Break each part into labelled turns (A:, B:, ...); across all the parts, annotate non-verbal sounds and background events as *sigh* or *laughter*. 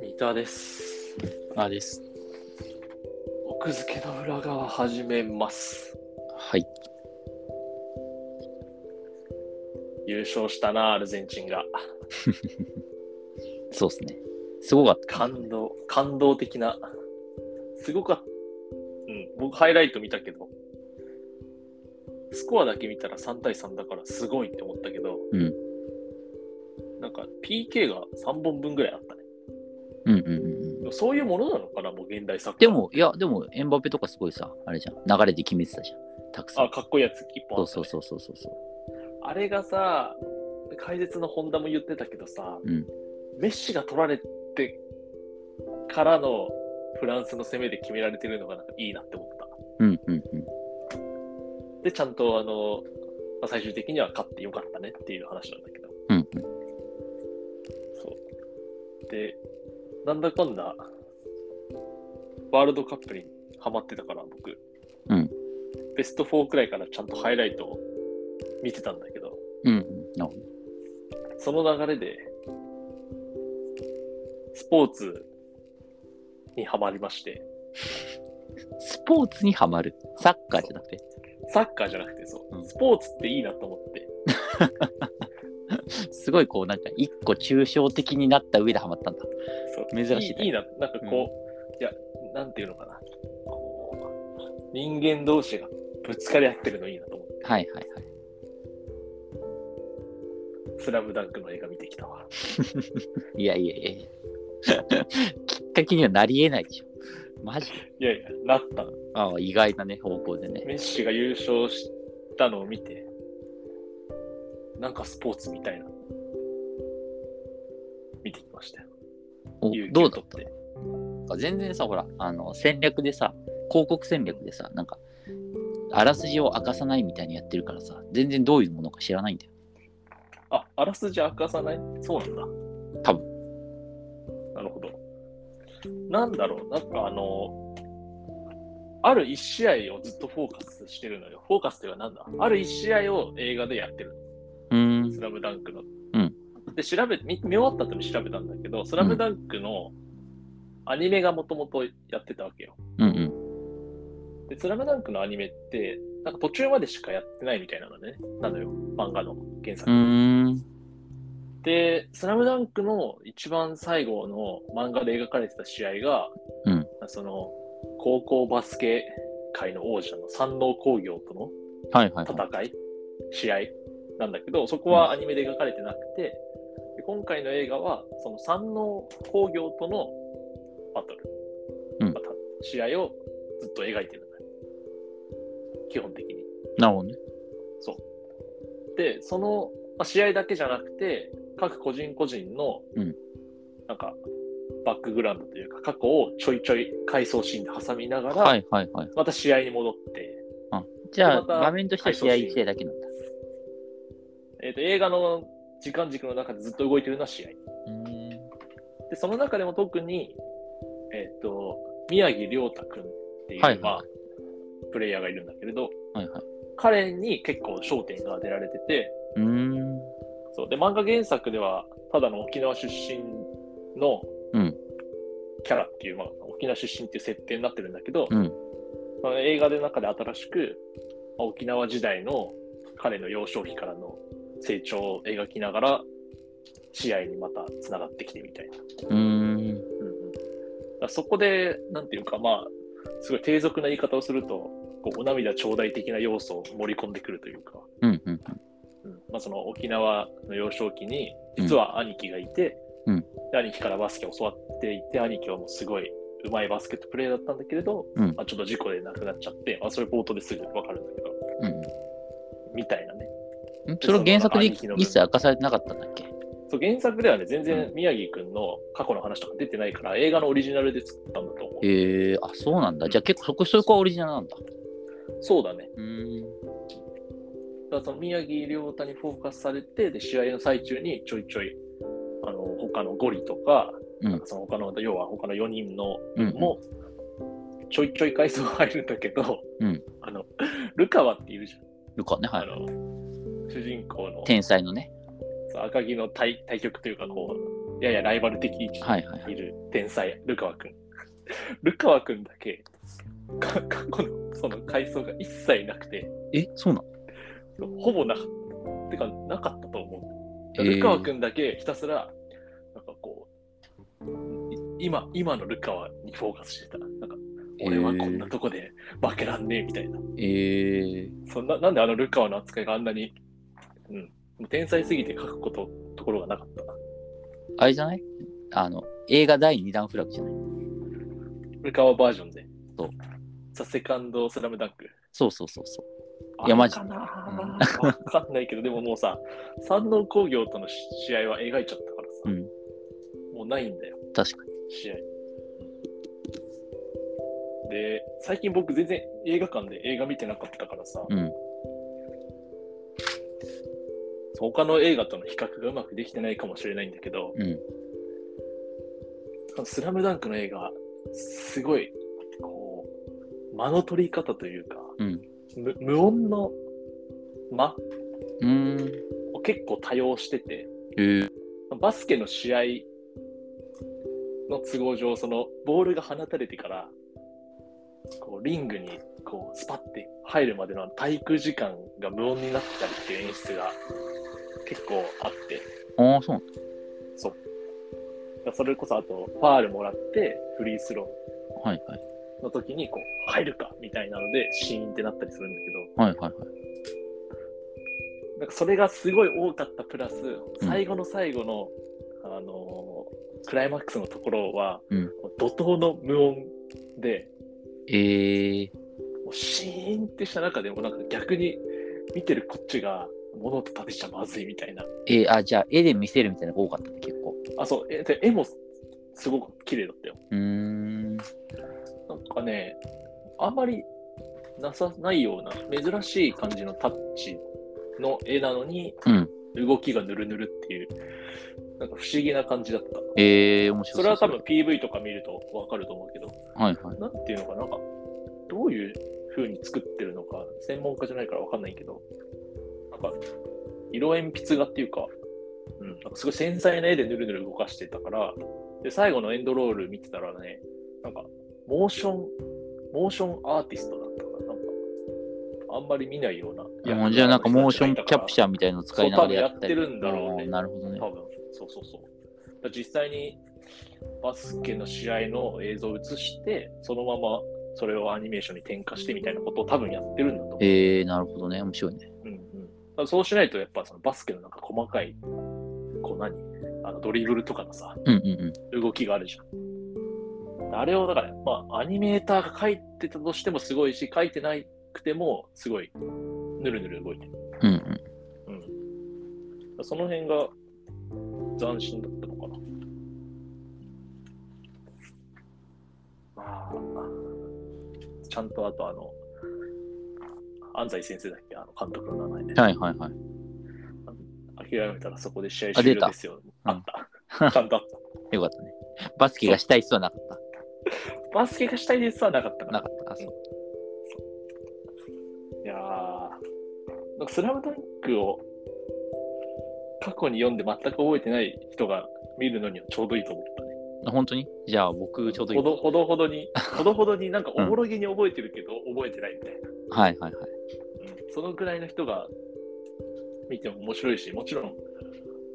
A: 三田です。
B: あです。
A: 奥付けの裏側始めます。
B: はい。
A: 優勝したな、アルゼンチンが。
B: そうですね。すごかった。
A: 感動、感動的な。すごかった。うん、僕ハイライト見たけど、スコアだけ見たら3対3だからすごいって思ったけど、
B: うん。
A: なんか PK が3本分ぐらいあったね。
B: うんうんうん
A: で
B: うん。
A: もそういうものなのかな、もう現代サッカー。
B: で、も、いや、でも、エンバペとかすごいさ、あれじゃん。流れで決めてたじゃん。たくさ
A: あ、
B: ん。
A: かっこいいやつ1本あ
B: そ
A: ったね
B: うそうそうそうそうそう。
A: あれがさ、解説の本田も言ってたけどさ、
B: うん
A: メッシが取られてからのフランスの攻めで決められてるのがなんかいいなって思った。
B: うんうんうん。
A: で、ちゃんとあの、まあ最終的には勝ってよかったねっていう話なんだけど。
B: うん
A: そう。で、なんだかんだ、ワールドカップにハマってたから、僕。
B: うん
A: ベスト4くらいからちゃんとハイライトを見てたんだけど、
B: うん。うんうん。なるほど。
A: その流れで、スポーツにはまりまして、
B: スポーツにはまる。サッカーじゃなくて。 *laughs*
A: サッカーじゃなくてそう、
B: うん
A: スポーツっていいなと思って、
B: すごいこう、なんか、一個抽象的になった上ではまったんだ。
A: そう
B: 珍しいね
A: いいいな、なんかこう、いや、なんていうのかな、こう人間同士がぶつかり合ってるのいいなと思って、
B: はいはいはい。
A: スラムダンクの映画見てきたわ。
B: いやいやいやいや。 *laughs* きっかけにはなり得ないでしょ。マジ
A: いやいや、なったの。
B: ああ、意外なね、方向でね。
A: メッシが優勝したのを見て、なんかスポーツみたいな、見てきましたよ。
B: お
A: 勇気を
B: どう
A: 取
B: だっ
A: ったて
B: なんか全然さほらあの戦略でさ広告戦略でさなんかあらすじを明かさないみたいにやってるからさ全然どういうものか知らないんだよ
A: あ、あらすじ明かさないそうなんだ。
B: 多
A: 分。なるほど。なんだろう、なんかあの、ある一試合をずっとフォーカスしてるのよ。フォーカスっていうのはなんだある一試合を映画でやってる
B: うー
A: ス
B: ん
A: ラムダンクの。
B: うん
A: で、調べ、見見終わった後に調べたんだけど、スラムダンクのアニメがもともとやってたわけよ。
B: うんうん
A: で、スラムダンクのアニメって、なんか途中までしかやってないみたいなのね。なのよ、漫画の原作。
B: うーん
A: で、スラムダンクの一番最後の漫画で描かれてた試合が、
B: うん
A: その、高校バスケ界の王者の山王工業との
B: はいはいはい
A: 戦い、試合なんだけど、そこはアニメで描かれてなくて、で今回の映画は、その山王工業とのバトル、
B: うん
A: また試合をずっと描いてるんだよ基本的に。
B: なるほどね
A: で、その、まあ、試合だけじゃなくて、各個人個人の、
B: うん
A: なんか、バックグラウンドというか、過去をちょいちょい回想シーンで挟みながら、
B: はいはいはい
A: また試合に戻って、
B: じゃあ
A: また
B: 画面としては試合1試合だけなんだ
A: えーと映画の時間軸の中でずっと動いてるのは試合。
B: うーん
A: で、その中でも特に、えっ、と、宮城亮太君っていう、
B: はいはい
A: まあ、プレイヤーがいるんだけれど、
B: はいはいう
A: 彼に結構焦点が当てられてて、
B: ーん
A: そうで漫画原作ではただの沖縄出身の
B: うん
A: キャラっていう、まあ、沖縄出身っていう設定になってるんだけど、
B: うん
A: その映画の中で新しく、まあ沖縄時代の彼の幼少期からの成長を描きながら試合にまたつながってきてみたいな、
B: うーん
A: だからそこでなんていうかまあすごい低俗な言い方をするとこうお涙頂戴的な要素を盛り込んでくるというか、
B: うんうん
A: うんまあ、その沖縄の幼少期に実は兄貴がいて、
B: うん
A: で兄貴からバスケを教わっていて兄貴はもうすごい上手いバスケットプレーヤーだったんだけれど、
B: うん
A: まあ、ちょっと事故で亡くなっちゃって、まあ、それ冒頭ですぐ分かるんだけど
B: うんうん
A: みたいなね
B: んそれは原作で一切明かされてなかったんだっけ
A: そう原作ではね全然
B: う
A: 宮城くんの過去の話とか出てないから映画のオリジナルで作ったんだと思う、
B: へえあそうなんだじゃあ結構そこそこはオリジナルなんだ
A: そうだね
B: うーん
A: だからその宮城亮太にフォーカスされてで試合の最中にちょいちょいあの他のゴリとか,、
B: うん
A: なんかその他の要は他の4人の
B: うん
A: もちょいちょい回数入るんだけど、
B: うん
A: あのルカワっているじゃん。
B: よかね、は
A: あ
B: い。
A: の、主人公の
B: 天才のね。
A: そう赤城の対対局というか、こう、ややライバル的位置
B: はいはいは
A: にい
B: い。
A: る天才、ルカワ君。ルカワ君だけ、か *laughs* 過去のその回想が一切なくて、
B: え、そうなの
A: ほぼなかった。てか、なかったと思う。
B: えー
A: ルカワ君だけひたすら、なんかこう、い今、今のルカワにフォーカスしてた。なんか、俺はこんなとこで負けらんねえみたいな。
B: えー、
A: そんな、なんであのルカワの扱いがあんなに、うん、もう天才すぎて書くこと、ところがなかったな。
B: あれじゃないあの、映画第2弾フラグじゃない
A: ルカワバージョンで。
B: そう。
A: ザ・セカンド・スラムダンク。
B: そうそうそうそう。
A: あ
B: いやマジ
A: かなぁわかんないけど、でももうさ、山王工業との試合は描いちゃったからさ、
B: うん、
A: もうないんだよ、
B: 確かに。
A: 試合。で、最近僕全然映画館で映画見てなかったからさ、
B: うん。
A: 他の映画との比較がうまくできてないかもしれないんだけど、
B: うん。
A: スラムダンクの映画、すごい、こう、間の取り方というか、
B: うん
A: む無音の間
B: うーん。
A: を結構多用してて、
B: えー、
A: バスケの試合の都合上、そのボールが放たれてから、こうリングにこうスパッて入るまでの滞空時間が無音になったりっていう演出が結構あって、
B: ああ、そうなんだ
A: だからそれこそあとファールもらってフリースロー、
B: はいはい。
A: の時にこう入るかみたいなのでシーンってなったりするんだけど
B: はいはいはい。
A: なんかそれがすごい多かったプラス最後の最後の、あのークライマックスのところは、
B: うん
A: こう怒涛の無音で
B: えー、
A: もうシーンってした中でもなんか逆に見てるこっちが物音立てちゃまずいみたいな
B: えー、あ、じゃあ、絵で見せるみたいなのが多かったね、結構。
A: あそうえで絵もすごく綺麗だったよ
B: うーん。
A: なんかねあんまりなさないような珍しい感じのタッチの絵なのに
B: うん。
A: 動きがぬるぬるっていう、なんか不思議な感じだった。
B: えー、面白
A: そ
B: い。
A: れは多分 PV とか見るとわかると思うけど、
B: はいはい。
A: なんていうのかな、なんかどういう風に作ってるのか、専門家じゃないからわかんないけど、なんか色鉛筆画っていうか、うん、なんかすごい繊細な絵でぬるぬる動かしてたから、で、最後のエンドロール見てたらね、なんか、モーション、モーションアーティストだったから、なんか、あんまり見ないような。
B: もうじゃあ、なんかモーションキャプチャーみたいなのを使いながらやったり。
A: そう多分やってるんだろうね
B: あーなるほどね。
A: 多分そうそうそう。だから実際にバスケの試合の映像を映して、そのままそれをアニメーションに転化してみたいなことを多分やってるんだと思う。
B: えー、なるほどね。面白いね。
A: うんうん、だからそうしないと、やっぱそのバスケのなんか細かい、こう何あのドリブルとかのさ、
B: うんうんうん。
A: 動きがあるじゃん。あれをだから、まあ、アニメーターが書いてたとしてもすごいし、書いてなくてもすごいぬるぬる動いてる。
B: うんうん。
A: うん、だからその辺が斬新だったのかな。まあ、ちゃんとあとあの、安西先生だっけ、あの監督の名前ね。
B: はいはいはい。
A: 諦めたらそこで試合
B: あ
A: 終
B: 出
A: 了
B: た
A: ですよ。
B: うん
A: あった。ちゃんとあっ。
B: よかったね。バスケがしたい人はなかった
A: バスケがしたいですはなかったか
B: た。な
A: ら。
B: かった。あ、そう。
A: いやーなんかスラムダンクを過去に読んで全く覚えてない人が見るのにはちょうどいいと思ったね。
B: 本当にじゃあ僕ちょうどいい
A: ほ。どほどほど
B: *laughs*
A: に、ほどほどになんかおもろげに覚えてるけど、覚えてないみたいな、
B: はいはいはい。
A: うんそのくらいの人が見ても面白いし、もちろん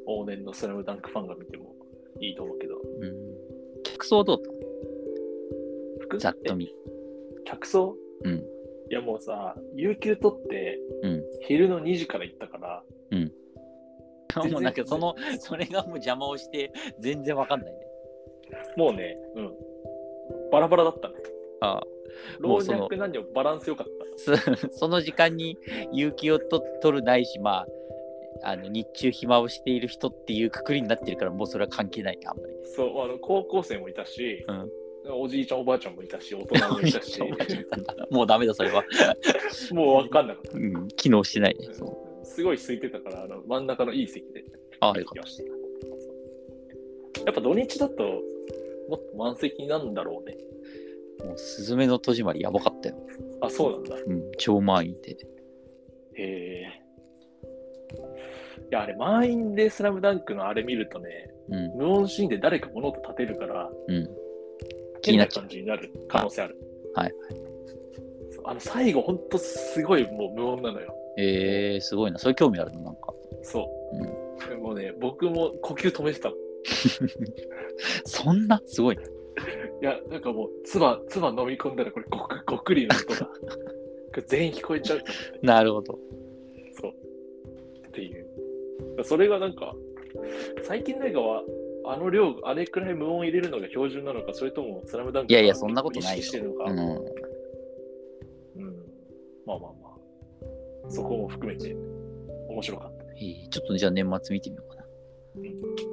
A: 往年のスラムダンクファンが見てもいいと思うけど、
B: うん。客層どうだっ
A: 服
B: たざっと見。
A: え客層、
B: うん
A: いやもうさ、有給取って
B: うん。
A: 昼の2時から行ったから、全然
B: もうなんかその、 *laughs* それがもう邪魔をして、全然わかんないね。
A: もうね、うん、バラバラだったね。
B: あ
A: 老
B: もうその
A: 若男女バランス良かっ
B: そ *laughs* その時間に有給をと取るないし、まあ、あの日中暇をしている人っていうくくりになってるから、もうそれは関係ないね、あんまり。
A: た。そう、あの高校生もいたし、
B: うん
A: おじいちゃんおばあちゃんもいたし、大人もい
B: *laughs*
A: たし、
B: もうダメだ、それは。
A: もうわかんなかった。
B: うん、機能しないね。そう
A: すごい空いてたから、あの真ん中のいい席で
B: あ、
A: 入
B: よ
A: っ
B: か
A: てきました。やっぱ土日だと、もっと満席なんだろうね。
B: ったもう、スズメの戸締まりやばかったよ。
A: あ、そうなんだ。
B: うん、超満員で。
A: へえ。いや、あれ、満員でスラムダンクのあれ見るとね、
B: うん。
A: 無音シーンで誰か物音立てるから、
B: うん。気
A: 変
B: に
A: な
B: なっちゃう
A: 感じになる可能性ある。
B: はい。
A: そうあの、最後、ほんとすごいもう無音なのよ。
B: えー、すごいな。それ興味あるのなんか。
A: そう。もうね、僕も呼吸止めてたもん。
B: そんなすごいな。
A: いや、なんかもう、唾、唾飲み込んだら、これ、ごく、ごくりの
B: *laughs*
A: 音が。これ全員聞こえちゃうと思って。
B: なるほど。
A: そう。っていう。それがなんか、最近の映画は、あの量、あれくらい無音入れるのが標準なのか、それとも、スラムダンク
B: いやいや、そんなことないよ。
A: 意識してるのか、
B: うん。
A: うん、まあまあまあ、そこも含めて、面白かった。
B: えーちょっとじゃあ年末見てみようかな。